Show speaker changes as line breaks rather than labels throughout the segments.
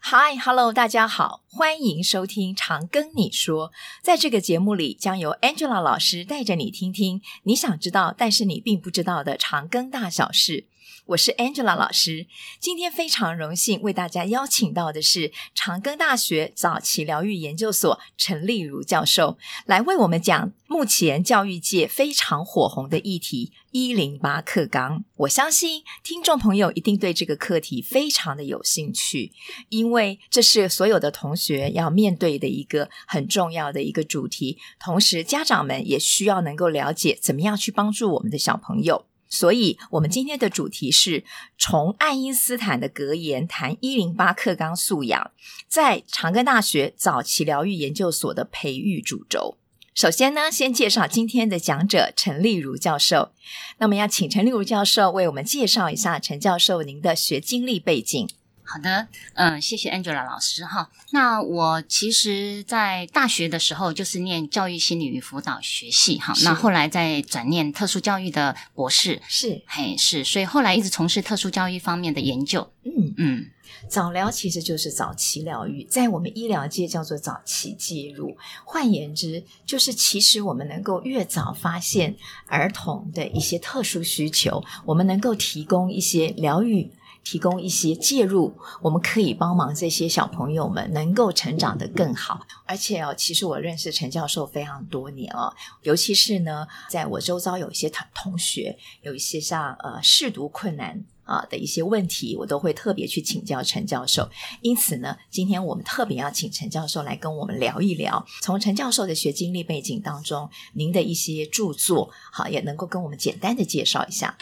嗨，Hello，大家好，欢迎收听《常跟你说》。在这个节目里，将由 Angela 老师带着你听听你想知道但是你并不知道的长庚大小事。我是 Angela 老师，今天非常荣幸为大家邀请到的是长庚大学早期疗愈研究所陈丽如教授，来为我们讲目前教育界非常火红的议题——一零八课纲。我相信听众朋友一定对这个课题非常的有兴趣，因为这是所有的同学要面对的一个很重要的一个主题，同时家长们也需要能够了解怎么样去帮助我们的小朋友。所以，我们今天的主题是从爱因斯坦的格言谈一零八课纲素养，在长庚大学早期疗愈研究所的培育主轴。首先呢，先介绍今天的讲者陈丽如教授。那么，要请陈丽如教授为我们介绍一下陈教授您的学经历背景。
好的，嗯、呃，谢谢 Angela 老师哈。那我其实，在大学的时候就是念教育心理与辅导学系哈，
是
那后来再转念特殊教育的博士，
是，
嘿是，所以后来一直从事特殊教育方面的研究，
嗯，
嗯，
早疗其实就是早期疗愈，在我们医疗界叫做早期介入。换言之，就是其实我们能够越早发现儿童的一些特殊需求，我们能够提供一些疗愈。提供一些介入，我们可以帮忙这些小朋友们能够成长得更好。而且哦，其实我认识陈教授非常多年哦，尤其是呢，在我周遭有一些同同学，有一些像呃试读困难。啊的一些问题，我都会特别去请教陈教授。因此呢，今天我们特别要请陈教授来跟我们聊一聊，从陈教授的学经历背景当中，您的一些著作，好也能够跟我们简单的介绍一下。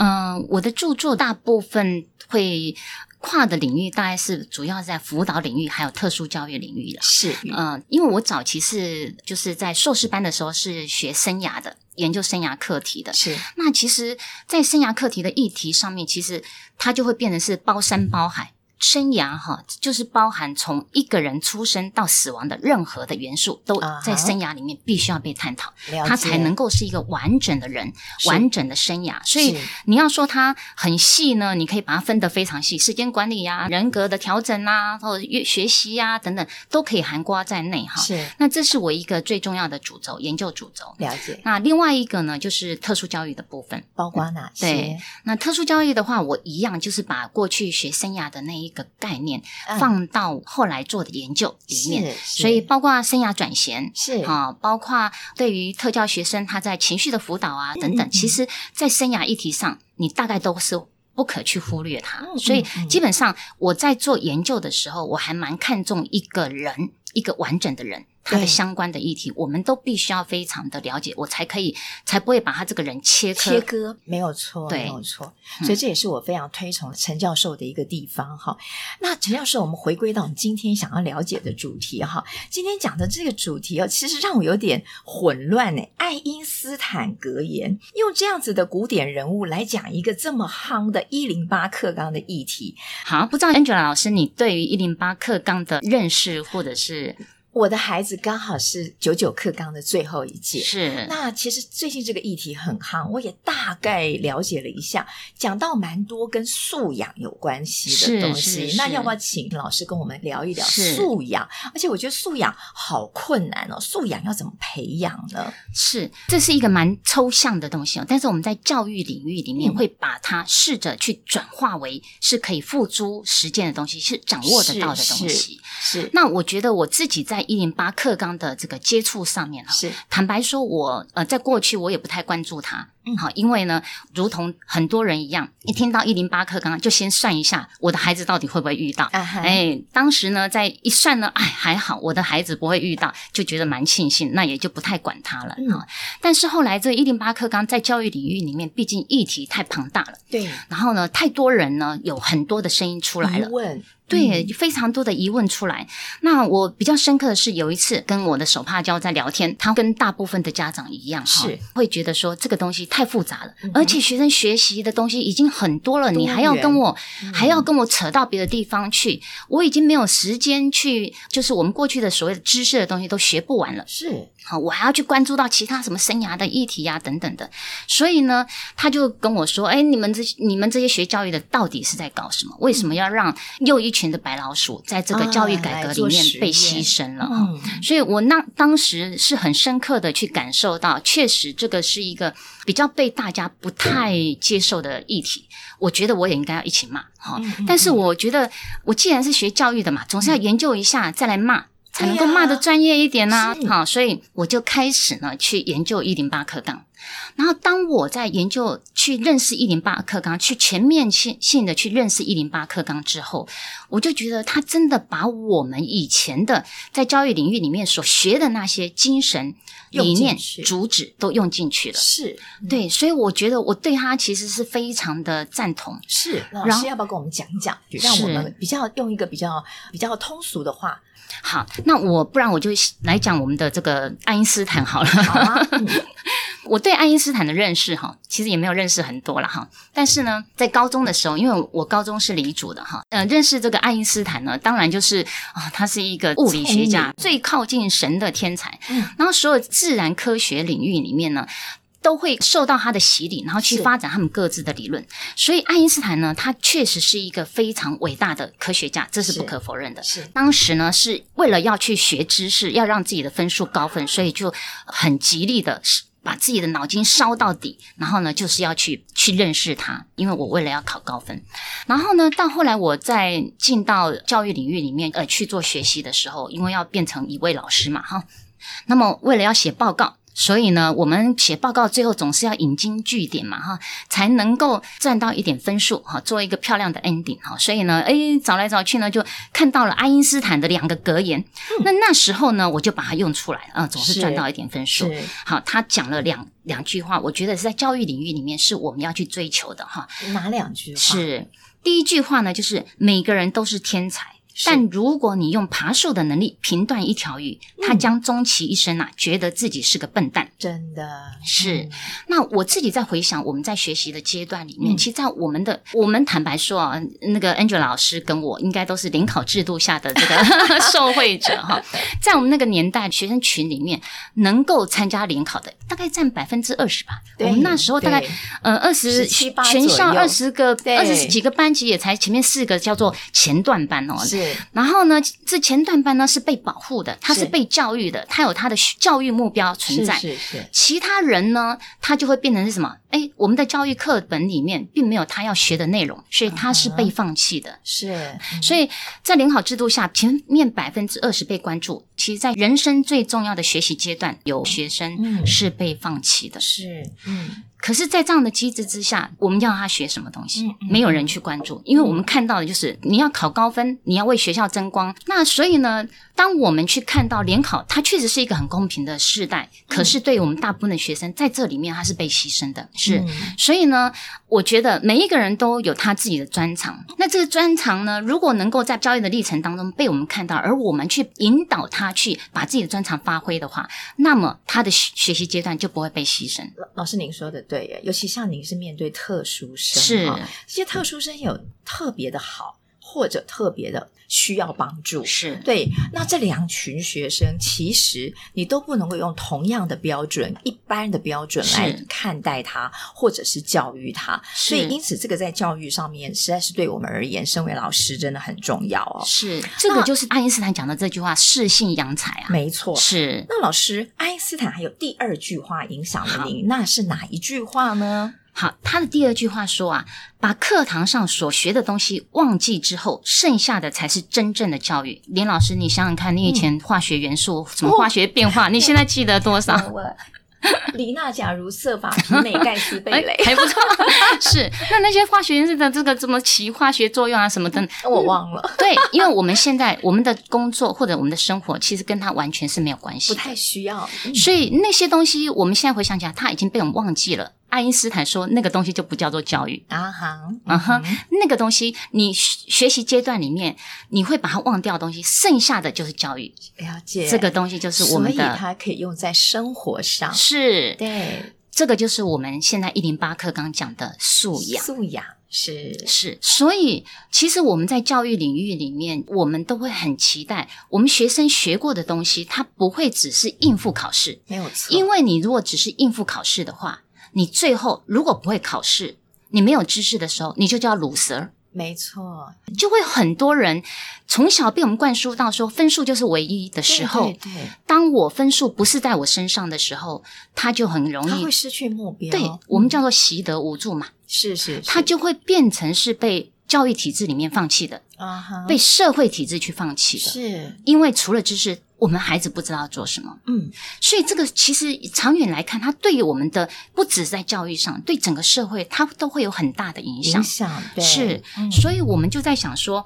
嗯，我的著作大部分会跨的领域，大概是主要在辅导领域还有特殊教育领域了。
是，
嗯，因为我早期是就是在硕士班的时候是学生涯的，研究生涯课题的。
嗯是，
那其实，在生涯课题的议题上面，其实它就会变成是包山包海。生涯哈，就是包含从一个人出生到死亡的任何的元素，都
啊哈
在生涯里面必须要被探讨，
了解
他才能够是一个完整的人，
是
完整的生涯。所以
是
你要说它很细呢，你可以把它分得非常细，时间管理呀、人格的调整啊，或者学学习呀、等等，都可以涵盖在内哈。
是
那这是我一个最重要的主轴，研究主轴。
了解，
那另外一个呢，就是特殊教育的部分。
包括哪些
对？那特殊教育的话，我一样就是把过去学生涯的那一个概念
嗯
放到后来做的研究里面，
是，是
所以包括生涯转衔。
是
啊，包括对于特教学生他在情绪的辅导啊等
嗯嗯
等，
嗯
其实，在生涯议题上，你大概都是不可去忽略它
嗯嗯。
所以
嗯
基本上我在做研究的时候，我还蛮看重一个人，一个完整的人。他
对
的相关的议题，我们都必须要非常的了解，我才可以，才不会把他这个人切割
切割，没有错，
对
没有错。
嗯
所以这也是我非常推崇陈教授的一个地方哈。那陈教授，我们回归到我们今天想要了解的主题哈。今天讲的这个主题哦，其实让我有点混乱呢。爱因斯坦格言，用这样子的古典人物来讲一个这么夯的一零八课纲的议题，
好，不知道 Angela 老师，你对于一零八课纲的认识，或者是
我的孩子刚好是九九课纲的最后一届，
是
那其实最近这个议题很夯，我也大概了解了一下，讲到蛮多跟素养有关系的
是
东
是
西。
是
那要不要请老师跟我们聊一聊
是
素养？而且我觉得素养好困难哦，素养要怎么培养呢？
是，这是一个蛮抽象的东西哦。但是我们在教育领域里面，
嗯
会把它试着去转化为是可以付诸实践的东西，是掌握得到的东
是
西。
是
那我觉得我自己在一零八课纲的这个接触上面哈，啊
是
坦白说我，呃，在过去我也不太关注它
嗯。
好，因为呢，如同很多人一样，一听到一零八课纲就先算一下我的孩子到底会不会遇到。
啊哈，
哎，当时呢，在一算呢，哎，还好我的孩子不会遇到，就觉得蛮庆幸，那也就不太管他了。
嗯
啊。但是后来这一零八课纲在教育领域里面，毕竟议题太庞大了，
对，
然后呢，太多人呢有很多的声音出来
疑
了。
问
对，
嗯
非常多的疑问出来。那我比较深刻的是，有一次跟我的手帕交在聊天，他跟大部分的家长一样，哈
是
会觉得说这个东西太复杂了，
嗯哼
而且学生学习的东西已经很多了，
多
你还要
元
跟我
嗯
还要跟我扯到别的地方去，我已经没有时间去，就是我们过去的所谓的知识的东西都学不完了。
是
好，我还要去关注到其他什么生涯的议题呀、等等的。所以呢，他就跟我说：“哎，你们这你们这些学教育的到底是在搞什么？为什么
嗯
要让又一群的白老鼠在这个
啊
教育改革里面被牺牲了？”哈
嗯
所以我那当时是很深刻的去感受到，确实这个是一个比较被大家不太接受的议题。我觉得我也应该要一起骂哈，
嗯嗯
但是我觉得我既然是学教育的嘛，总是要研究一下再来骂。才能够
对呀
骂的专业一点呐、
是
好，所以我就开始呢去研究一零八课纲。然后当我在研究、去认识一零八课纲、去全面性性的去认识一零八课纲之后，我就觉得他真的把我们以前的在教育领域里面所学的那些精神、
用
理
进
念
去、
主旨都用进去了。
是，嗯
对，所以我觉得我对他其实是非常的赞同。
嗯是。老
然
师
后
要不要跟我们讲一讲，让我们比较用一个比较比较通俗的 话，
好，那我不然我就来讲我们的这个爱因斯坦好了。
好吗？嗯
我对爱因斯坦的认识哈，其实也没有认识很多了哈。但是呢，在高中的时候，因为我高中是理主的哈，呃，认识这个爱因斯坦呢，当然就是啊、他是一个物理学
聪
家
明，
最靠近神的天才。
嗯
然后所有自然科学领域里面呢。都会受到他的洗礼，然后去
是
发展他们各自的理论。所以爱因斯坦呢，他确实是一个非常伟大的科学家，这是
是
不可否认的。
是
当时呢，是为了要去学知识，要让自己的分数高分，所以就很极力的把自己的脑筋烧到底，然后呢，就是要去去认识它，因为我为了要考高分。然后呢，到后来我在进到教育领域里面，呃，去做学习的时候，因为要变成一位老师嘛，哈，那么为了要写报告。所以呢，我们写报告最后总是要引经据典嘛，哈，才能够赚到一点分数，哈，做一个漂亮的 ending，哈。所以呢，诶，找来找去呢，就看到了爱因斯坦的两个格言。那那时候呢，我就把它用出来，啊、总
嗯是
是赚到一点分数。
是，
好，他讲了两两句话，我觉得是在教育领域里面是我们要去追求的哈。
哪两句话？
是第一句话呢，就是每个人都是天才，
是
但如果你用爬树的能力评断一条鱼，他
嗯
将终其一生啊，觉得自己是个笨蛋。
真的
是
嗯
那我自己在回想我们在学习的阶段里面，
嗯
其实，在我们的我们坦白说啊，那个 Angela 老师跟我应该都是联考制度下的 这个受惠者哈，在我们那个年代学生群里面，能够参加联考的大概占百分之二十吧。我
对
们那时候大概
对
呃二十
17-18
全校
左右
二十个
对
二十几个班级，也才前面四个叫做前段班哦。
是
然后呢，这前段班呢是被保护的，它
是
是被教育的，它有它的教育目标存
是
在。
是是，
其他人呢，他就会变成是什么？哎，我们的教育课本里面并没有他要学的内容，所以他是被放弃的。
是，嗯
所以在联考制度下，前面百分之二十被关注，其实，在人生最重要的学习阶段，有学
嗯
生是被放弃的。
是嗯
可是，在这样的机制之下，我们要他学什么东西？
嗯嗯
没有人去关注，因为我们看到的就是你要考高分，你要为学校争光。那所以呢，当我们去看到联考，它确实是一个很公平的世代，可是对于我们大部分的学生，在这里面他是被牺牲的，是。
嗯
所以呢，我觉得每一个人都有他自己的专长。那这个专长呢，如果能够在教育的历程当中被我们看到，而我们去引导他去把自己的专长发挥的话，那么他的学学习阶段就不会被牺牲。
老老师您说的对耶，尤其像您是面对特殊生，
是
哈这些特殊生有特别的好，或者特别的需要帮助。
是，
对，那这两群学生，其实你都不能够用同样的标准、一般的标准来
是
看待他，或者是教育他。所以，
是
因此这个在教育上面，实在是对我们而言，身为老师真的很重要哦。
是，这个就是爱因斯坦讲的这句话“适性扬才”啊，
没错。
是。
那老师，爱因斯坦还有第二句话影响了您，那是哪一句话呢？
好，他的第二句话说啊，把课堂上所学的东西忘记之后，剩下的才是真正的教育。连老师，你想想看，你以前化学元素、什么化学变化，你现在记得多少？，
我李娜，假如设法皮美盖斯贝雷
哎还不错，是。那那些化学元素的这个什么其化学作用啊，什么的，
我忘了，
对，因为我们现在我们的工作或者我们的生活，其实跟它完全是没有关系
不
的。
太需要。嗯
所以那些东西，我们现在回想起来，它已经被我们忘记了。爱因斯坦说，那个东西就不叫做教育，
啊哈，
啊哈
嗯，
那个东西你学学习阶段里面，你会把它忘掉的东西，剩下的就是教育。
了解
这个东西就是我
所
们
以
的，
它可以用在生活上。
是
对，
这个就是我们现在一零八课刚讲的素养。
素养是
是，所以其实我们在教育领域里面，我们都会很期待我们学生学过的东西，它不会只是应付考试，
没有错，
因
为
为你如果只是应付考试的话，你最后如果不会考试，你没有知识的时候，你就叫鲁蛇儿。
没错
就会很多人从小被我们灌输到说分数就是唯一的时候，
对对对
当我分数不是在我身上的时候，他就很容
他
易
会失去目标。嗯
对我们叫做习得无助嘛，
是是，
他
是
就会变成是被教育体制里面放弃的，
啊哈，
被社会体制去放弃的。
是
因为除了知识，我们孩子不知道做什么，
嗯
所以这个其实长远来看，它对于我们的不止在教育上，对整个社会它都会有很大的影响
影。响对
是，
嗯
所以我们就在想说，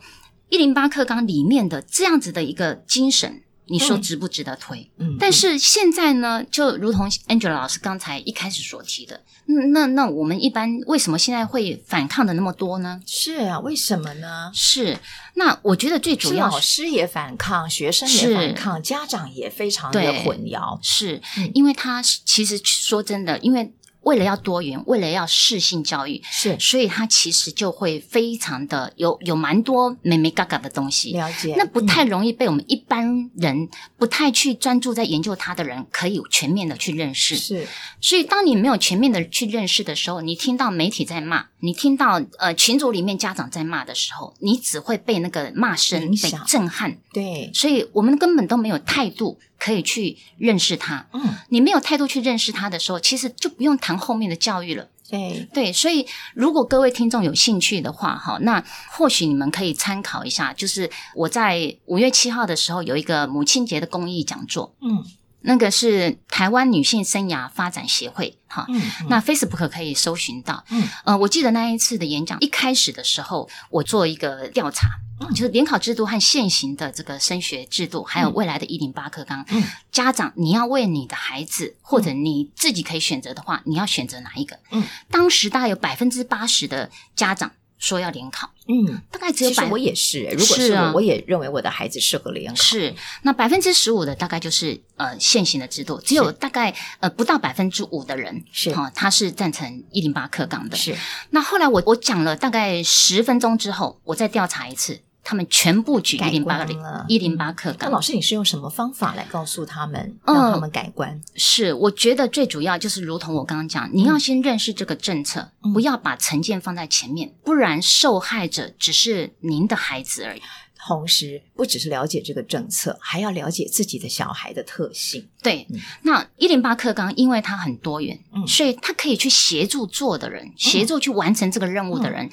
一零八课纲里面的这样子的一个精神，你说
嗯
值不值得推？
嗯，
但
嗯
是现在呢，就如同 Angela 老师刚才一开始所提的，嗯那那我们一般为什么现在会反抗的那么多呢？
是啊，为什么呢？
是，那我觉得最主
是
要
老
是
师也反抗，学生
是
也反抗，家长也非常的
对
混淆。
是
嗯
因为他其实说真的，因为为了要多元，为了要适性教育，
是
所以他其实就会非常的有有蛮多美美嘎嘎的东西。
了解，
那不
嗯
太容易被我们一般人不太去专注在研究它的人，可以全面的去认识。
是
所以，当你没有全面的去认识的时候，你听到媒体在骂，你听到呃群组里面家长在骂的时候，你只会被那个骂声
影
被
响
震撼。
对，
所以我们根本都没有态度可以去认识它。
嗯，
你没有态度去认识它的时候，其实就不用谈后面的教育了。
对，
对，所以如果各位听众有兴趣的话，哈，那或许你们可以参考一下，就是我在五月七号的时候有一个母亲节的公益讲座，
嗯
那个是台湾女性生涯发展协会，哈。
嗯，
那 Facebook 可以搜寻到，
嗯，
呃，我记得那一次的演讲，一开始的时候，我做一个调查，
嗯
就是联考制度和现行的这个升学制度，还有
嗯
未来的一零八课纲，
嗯
家长你要为你的孩子，或者你自己可以选择的话，你要选择哪一个？
嗯，
当时大概有百分之八十的家长说要联考，
嗯嗯，
大概只有
其实
百
我也是，如果
是
是
啊
我，我也认为我的孩子适合联考。
是，那百分之十五的大概就是呃现行的制度，只有
是
大概呃不到百分之五的人
是
哦，他是赞成一零八课纲的。
是，
那后来我我讲了大概十分钟之后，我再调查一次，他们全部举一
改
零八
观了
一零八课
那老
纲。
师，你是用什么方法来告诉他们，
嗯
让他们改观？
是，我觉得最主要就是如同我刚刚讲，你要先认识这个政策，
嗯
不要把成见放在前面，不然受害者只是您的孩子而已。
同时，不只是了解这个政策，还要了解自己的小孩的特性。
对，
嗯
那一零八课纲因为它很多元，
嗯
所以它可以去协助做的人，协助去完成这个任务的人，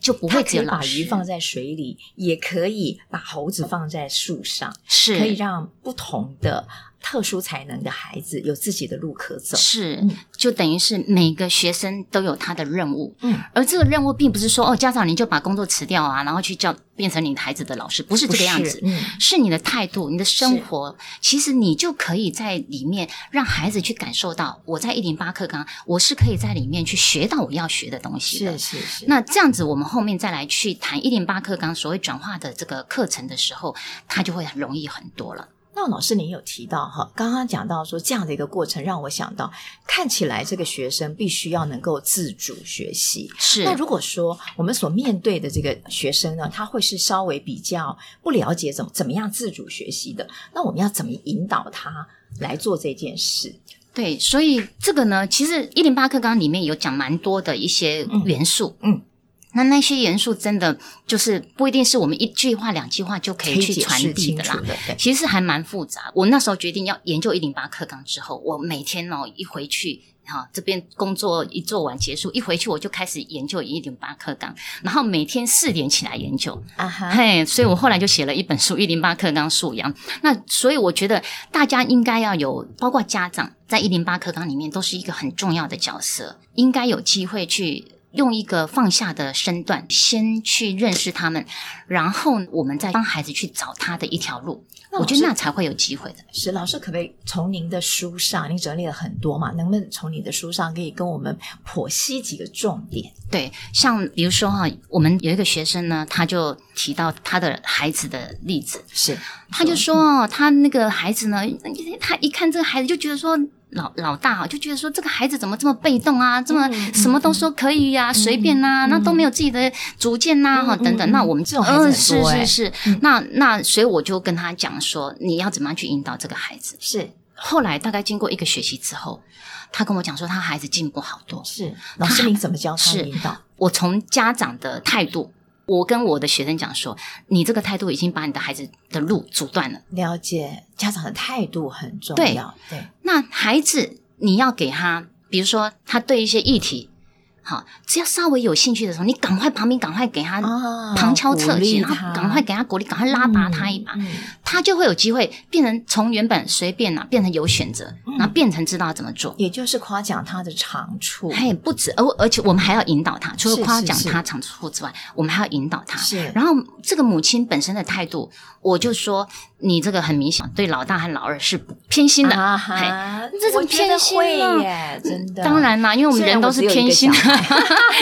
就不
嗯他
会
可
只
以
有
把
老
鱼
师。
放在水里，也可以把猴子放在树上，
是
可以让不同的特殊才能的孩子有自己的路可走。
是
嗯，
就等于是每个学生都有他的任务，
嗯，
而这个任务并不是说哦，家长你就把工作辞掉啊，然后去教变成你的孩子的老师，不是这个样子
不。是嗯，
是你的态度，你的生活，其实你就可以在里面让孩子去感受到，我在一零八课纲，我是可以在里面去学到我要学的东西的
是。是是，
那这样子，我们后面再来去谈一零八课纲所谓转化的这个课程的时候，它就会很容易很多了。
那老师，您有提到哈，刚刚讲到说这样的一个过程，让我想到，看起来这个学生必须要能够自主学习。
是
那如果说我们所面对的这个学生呢，他会是稍微比较不了解怎么怎么样自主学习的，那我们要怎么引导他来做这件事？
对，所以这个呢，其实一零八课纲里面有讲蛮多的一些元素，
嗯嗯
那那些元素真的就是不一定是我们一句话、两句话就可以去
解
传
释
递
清
的
楚
啦。
的，对，
其实还蛮复杂。我那时候决定要研究一零八课纲之后，我每天哦一回去。哈，这边工作一做完结束，一回去我就开始研究一零八课纲，然后每天四点起来研究，
啊哈，
嘿，所以我后来就写了一本书《一零八课纲素养》。那所以我觉得大家应该要有，包括家长在一零八课纲里面都是一个很重要的角色，应该有机会去。用一个放下的身段，先去认识他们，然后我们再帮孩子去找他的一条路。
那
我
老
觉得
师
那才会有机会的。
是老师，可不可以从您的书上，您整理了很多嘛，能不能从你的书上可以跟我们剖析几个重点？
对，像比如说哈，我们有一个学生呢，他就提到他的孩子的例子，
是，
他就说哦，他那个孩子呢，他一看这个孩子就觉得说，老老大哈，就觉得说这个孩子怎么这么被动啊，这么
嗯
什么都说可以呀、随便呐、
嗯
那都没有自己的主见呐、哈、
嗯嗯
等等。
嗯
那我们
这种孩子很
哦是
多欸
是是，
嗯
那那所以我就跟他讲说，你要怎么样去引导这个孩子。
是
后来大概经过一个学期之后，他跟我讲说，他孩子进步好多。
是，老师您怎么教他
是
引导？
我从家长的态度，我跟我的学生讲说，你这个态度已经把你的孩子的路阻断了。
了解家长的态度很重
对
要，对，
那孩子，你要给他，比如说他对一些议题，好，只要稍微有兴趣的时候，你赶快旁边赶快给他
啊
旁敲侧击，然
鼓励
后
他
赶快给他鼓励，赶快拉拔他一把，
嗯嗯
他就会有机会变成从原本随便啊，变成有选择，
嗯
然后变成知道怎么做。
也就是夸奖他的长处，
嘿，不止，而而且我们还要引导他，除了
嗯是
夸
是
奖
是
他长处之外，我们还要引导他。
是，
然后这个母亲本身的态度，我就说你这个很明显对老大和老二是不偏心的，
啊
嘿
哈，
这种
我觉得
偏心
会
啊
耶，真的。
当，然啦，因为我们人都是偏心
虽然 我只有一个。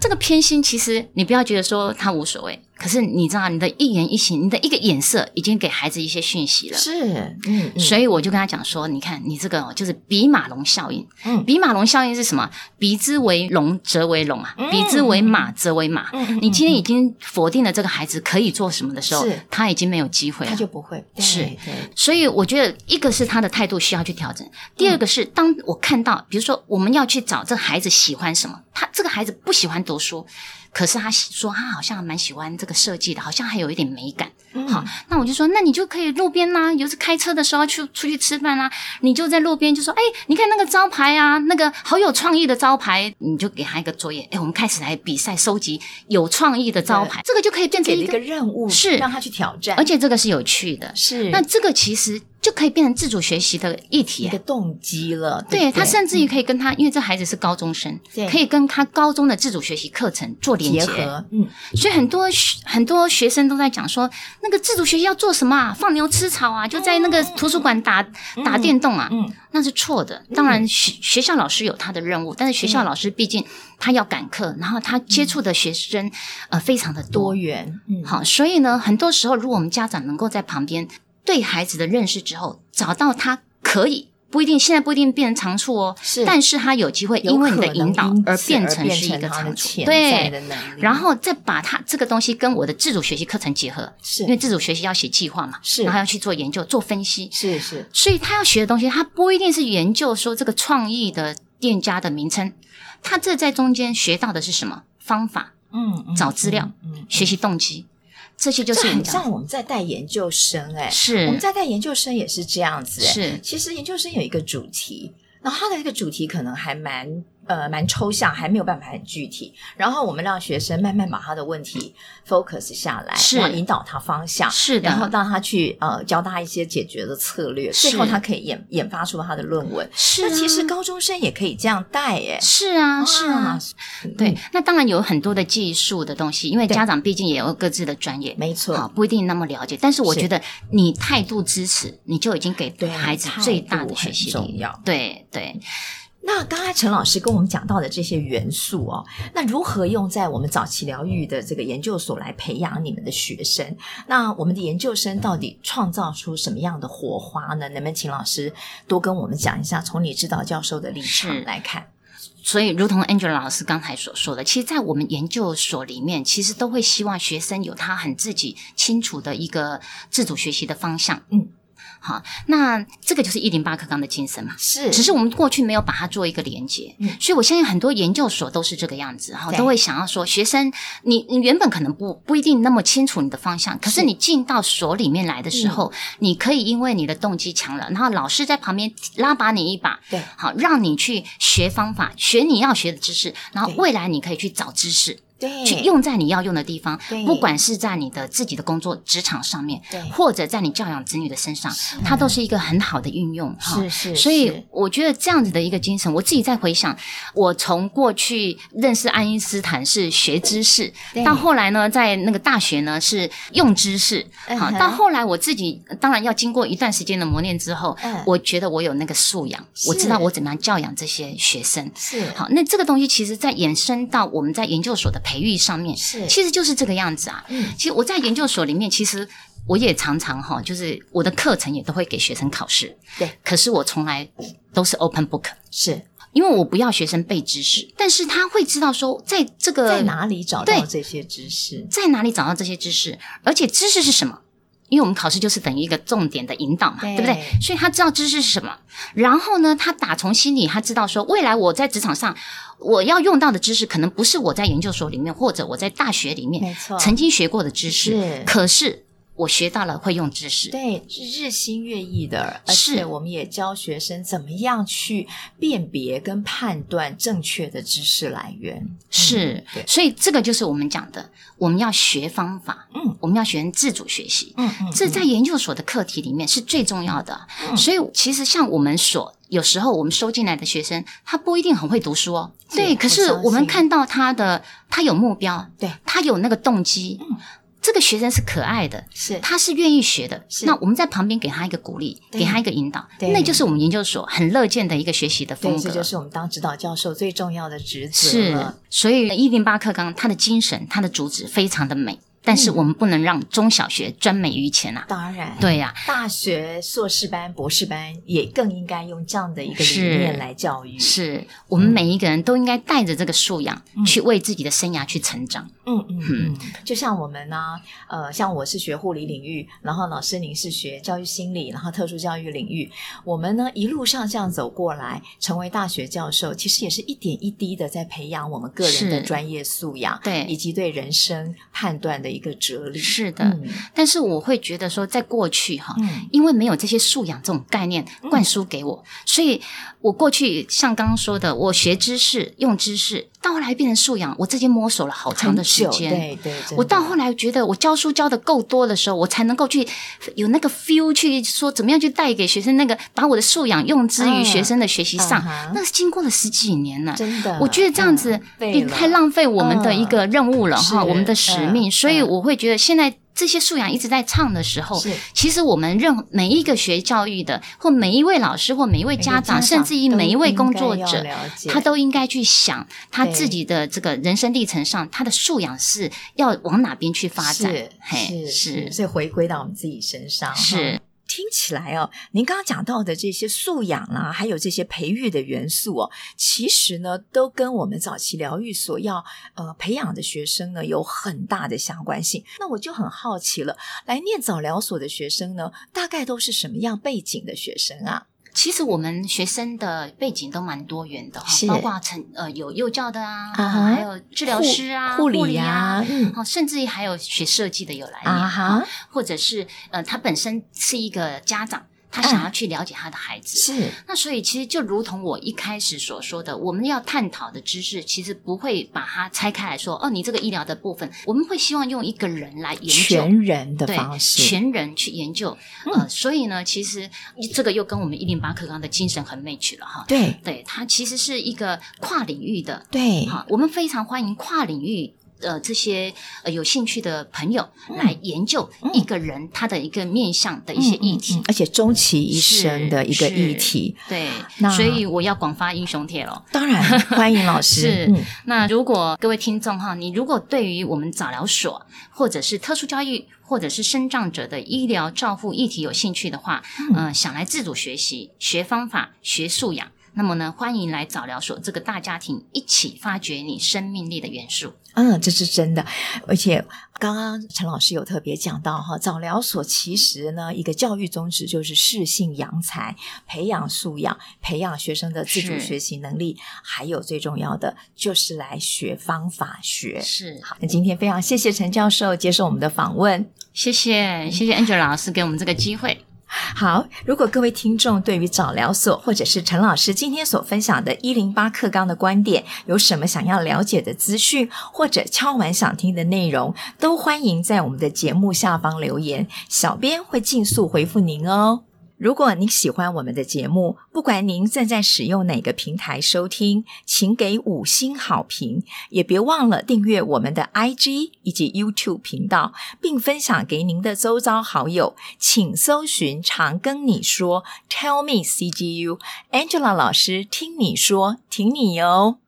这个偏心其实你不要觉得说他无所谓，可是你知道你的一言一行，你的一个眼色已经给孩子一些讯息了。
是，嗯，
所以我就跟他讲说，你看你这个哦，就是比马龙效应。
嗯
比马龙效应是什么？比之为龙则为龙嘛，
嗯
比之为马则为马。
嗯
你今天已经否定了这个孩子可以做什么的时候
是，
他已经没有机会了
他。就不会，对
是
对，
所以我觉得，一个是他的态度需要去调整，第二个是当我看到，比如说我们要去找这个孩子喜欢什么，他这个孩子不喜欢读书，可是他喜说啊他好像蛮喜欢这个设计的，好像还有一点美感。
嗯
好，那我就说，那你就可以路边啦、有时开车的时候去出去吃饭啦、你就在路边就说，哎，你看那个招牌啊，那个好有创意的招牌，你就给他一个作业，哎，我们开始来比赛收集有创意的招牌，这个就可以变成
给了
一
一
个
个，任务，
是
让他去挑战，
而且这个是有趣的。
是
那这个其实就可以变成自主学习的议题
一个
耶。
动机了。
对
不对嗯
他甚至于可以跟他，因为这孩子是高中生
对，
可以跟他高中的自主学习课程做连
结
接。
合，嗯，
所以很多学很多学生都在讲说，那个自主学习要做什么啊？放牛吃草啊？就在那个图书馆打打电动啊？
嗯，嗯
那是错的。当然学学校老师有他的任务，但是学校老师毕竟他要赶课，然后他接触的学生呃非常的多
多元，嗯，
好，所以呢，很多时候，如果我们家长能够在旁边对孩子的认识之后，找到他可以不一定现在不一定变成长处哦，
是
但是他有机会
有
因为你
可
的
能
引导
因
而
此
变成是一
变
个
成他的
长处，
潜在
对。
的能力，
然后再把它这个东西跟我的自主学习课程结合，
是
因为自主学习要写计划嘛，
是
然后要去做研究、做分析，
是是
所以他要学的东西，他不一定是研究说这个创意的店家的名称，他这在中间学到的是什么方法、
嗯，嗯
找资料，
嗯，嗯
学习动机，这些就
这
是我们
很
讲的
像我们在带研究生哎，
是
我们在带研究生也是这样子哎，
是
其实研究生有一个主题，然后它的一个主题可能还蛮呃蛮抽象，还没有办法很具体。然后我们让学生慢慢把他的问题 focus 下来，
是
然后引导他方向。
是
啊然后
的，
让他去呃教他一些解决的策略，
是
最后他可以研研发出他的论文。
是
那
啊
其实高中生也可以这样带耶，
是啊是啊，
嗯
对，，那当然有很多的技术的东西，因为
对
家长毕竟也有各自的专业。
没
好，
错，
不一定那么了解，但是我
是
觉得你态度支持，你就已经给
对啊
孩子
态
最大
度
的学
很
习
重
力
要
量。对对，
那刚才陈老师跟我们讲到的这些元素哦，那如何用在我们早期疗愈的这个研究所来培养你们的学生？那我们的研究生到底创造出什么样的火花呢？能不能请老师多跟我们讲一下，从你指导教授的立场
是
来看？
所以如同 Angela 老师刚才所说的，其实，在我们研究所里面，其实都会希望学生有他很自己清楚的一个自主学习的方向。
嗯，
好，那这个就是一零八课纲的精神嘛。
是
只是我们过去没有把它做一个连接，
嗯
所以我相信很多研究所都是这个样子哈，
对
都会想要说学生，你你原本可能不不一定那么清楚你的方向，可是
是嗯
你进到所里面来的时候，你可以因为你的动机强了，然后老师在旁边拉拔你一把，
对
好让你去学方法，学你要学的知识，然后
对
未来你可以去找知识
对
去用在你要用的地方
对，
不管是在你的自己的工作职场上面
对，
或者在你教养子女的身上，它都是一个很好的运用哈。
是是，
所以
是
我觉得这样子的一个精神，我自己在回想，我从过去认识爱因斯坦是学知识
对，
到后来呢，在那个大学呢是用知识，
嗯
好、
哼
到后来我自己当然要经过一段时间的磨练之后，
嗯
我觉得我有那个素养，我知道我怎么样教养这些学生。
是
好，那这个东西其实在延伸到我们在研究所的培育上面，
是
其实就是这个样子啊。
嗯
其实我在研究所里面，其实我也常常哈，就是我的课程也都会给学生考试，
对，
可是我从来都是 open book，
是
因为我不要学生背知识，但是他会知道说，在这个
在哪里找到
呃对
这些知识？
在哪里找到这些知识，而且知识是什么？因为我们考试就是等于一个重点的引导嘛，
对
对不对？所以他知道知识是什么，然后呢，他打从心里他知道说，未来我在职场上我要用到的知识，可能不是我在研究所里面或者我在大学里面
没错，
曾经学过的知
是
识，可是我学到了会用知识，
对，是日新月异的，而
是
且我们也教学生怎么样去辨别跟判断正确的知识来源。
是
嗯对，
所以这个就是我们讲的，我们要学方法，
嗯，
我们要学自主学习，
嗯嗯，
这
嗯
在研究所的课题里面是最重要的。
嗯
所以其实像我们所有时候我们收进来的学生，他不一定很会读书哦。
是
对，可是
我相信
我们看到他的，他有目标，
对，
他有那个动机。
嗯
这个学生是可爱的，
是
他是愿意学的
是。
那我们在旁边给他一个鼓励，
对
给他一个引导，
对
那就是我们研究所很乐见的一个学习的
对，
风
这就
格。
是我们当指导教授最重要的职责
是
了。，
所以一零八课纲它的精神、它的主旨非常的美，但
嗯
是我们不能让中小学专美于前啊。
当然，
对呀、
大学硕士班、博士班也更应该用这样的一个理
是
念来教育。
是我们每一个人都应该带着这个素养、
嗯
去为自己的生涯去成长。
嗯嗯嗯，就像我们呢、呃，像我是学护理领域，然后老师您是学教育心理，然后特殊教育领域，我们呢一路上这样走过来，成为大学教授，其实也是一点一滴的在培养我们个人的
是
专业素养，
对
以及对人生判断的一个哲理。
是的，
嗯
但是我会觉得说，在过去哈、
嗯
因为没有这些素养这种概念
嗯
灌输给我，所以我过去像刚刚说的，我学知识、用知识，到后来变成素养，我自己摸索了好长的时
很久
间。
对对，真
我
的
到后来觉得，我教书教的够多的时候，我才能够 去有那个 feel 去说怎么样去带给学生那个，把我的素养用之于
嗯
学生的学习上。
嗯哼
那是经过了十几年了，
真的，
我觉得这样子
嗯
也太。浪费我们的一个任务了哈，
是
我们的使命。
嗯
所以
嗯
我会觉得现在这些素养一直在唱的时候
是，
其实我们任每一个学教育的，或每一位老师，或每一位
每个
家长，甚至于
都
每一位
应该
工作
要
者。
了解
他都应该去想他
对
自己的这个人生历程上，他的素养是要往哪边去发展？嘿
是，
是
所以回归到我们自己身上哈
是，
听起来哦，您刚刚讲到的这些素养啦、还有这些培育的元素哦，其实呢，都跟我们早期疗愈所要呃培养的学生呢有很大的相关性。那我就很好奇了，来念早疗所的学生呢，大概都是什么样背景的学生啊？
其实我们学生的背景都蛮多元的哈
是，
包括成呃有幼教的啊，
啊哈
还有治疗师啊、
护
理
理呀、嗯
哦，甚至于还有学设计的有来念，
啊哈，
或者是呃，他本身是一个家长，他想要去了解他的孩子。
嗯是
那所以其实就如同我一开始所说的，我们要探讨的知识，其实不会把它拆开来说，哦，你这个医疗的部分，我们会希望用一个人来研究。
全人嗯的
对
方，式，
全人去研究，呃，所以呢，其实这个又跟我们一零八课纲的精神很 match 了哈。
对
对，它其实是一个跨领域的，
对，
好，啊我们非常欢迎跨领域。呃，这些呃有兴趣的朋友
嗯
来研究一个人他的一个面向的一些议
嗯
题，
嗯嗯而且终其一生的一个
是
议题。那
对，所以我要广发英雄帖喽。
当然，欢迎老师。
是
嗯，
那如果各位听众哈，你如果对于我们早疗所或者是特殊教育或者是生障者的医疗照护议题有兴趣的话，
嗯
嗯、想来自主学习、学方法、学素养，那么呢，欢迎来早疗所这个大家庭一起发掘你生命力的元素。
嗯，这是真的，而且刚刚陈老师有特别讲到哈，早疗所其实呢，一个教育宗旨就是适性扬才，培养素养，培养学生的自主
是
学习能力，还有最重要的就是来学方法学。
是，
好，那今天非常谢谢陈教授接受我们的访问。
谢谢，谢谢 Angela 老师给我们这个机会。
好，如果各位听众对于早疗所或者是陈老师今天所分享的“一零八课纲”的观点，有什么想要了解的资讯，或者敲完想听的内容，都欢迎在我们的节目下方留言，小编会尽速回复您哦。如果您喜欢我们的节目，不管您正在使用哪个平台收听，请给五星好评，也别忘了订阅我们的 IG 以及 YouTube 频道，并分享给您的周遭好友。请搜寻“常跟你说 ”，Tell me CGU，Angela 老师听你说，挺你哦。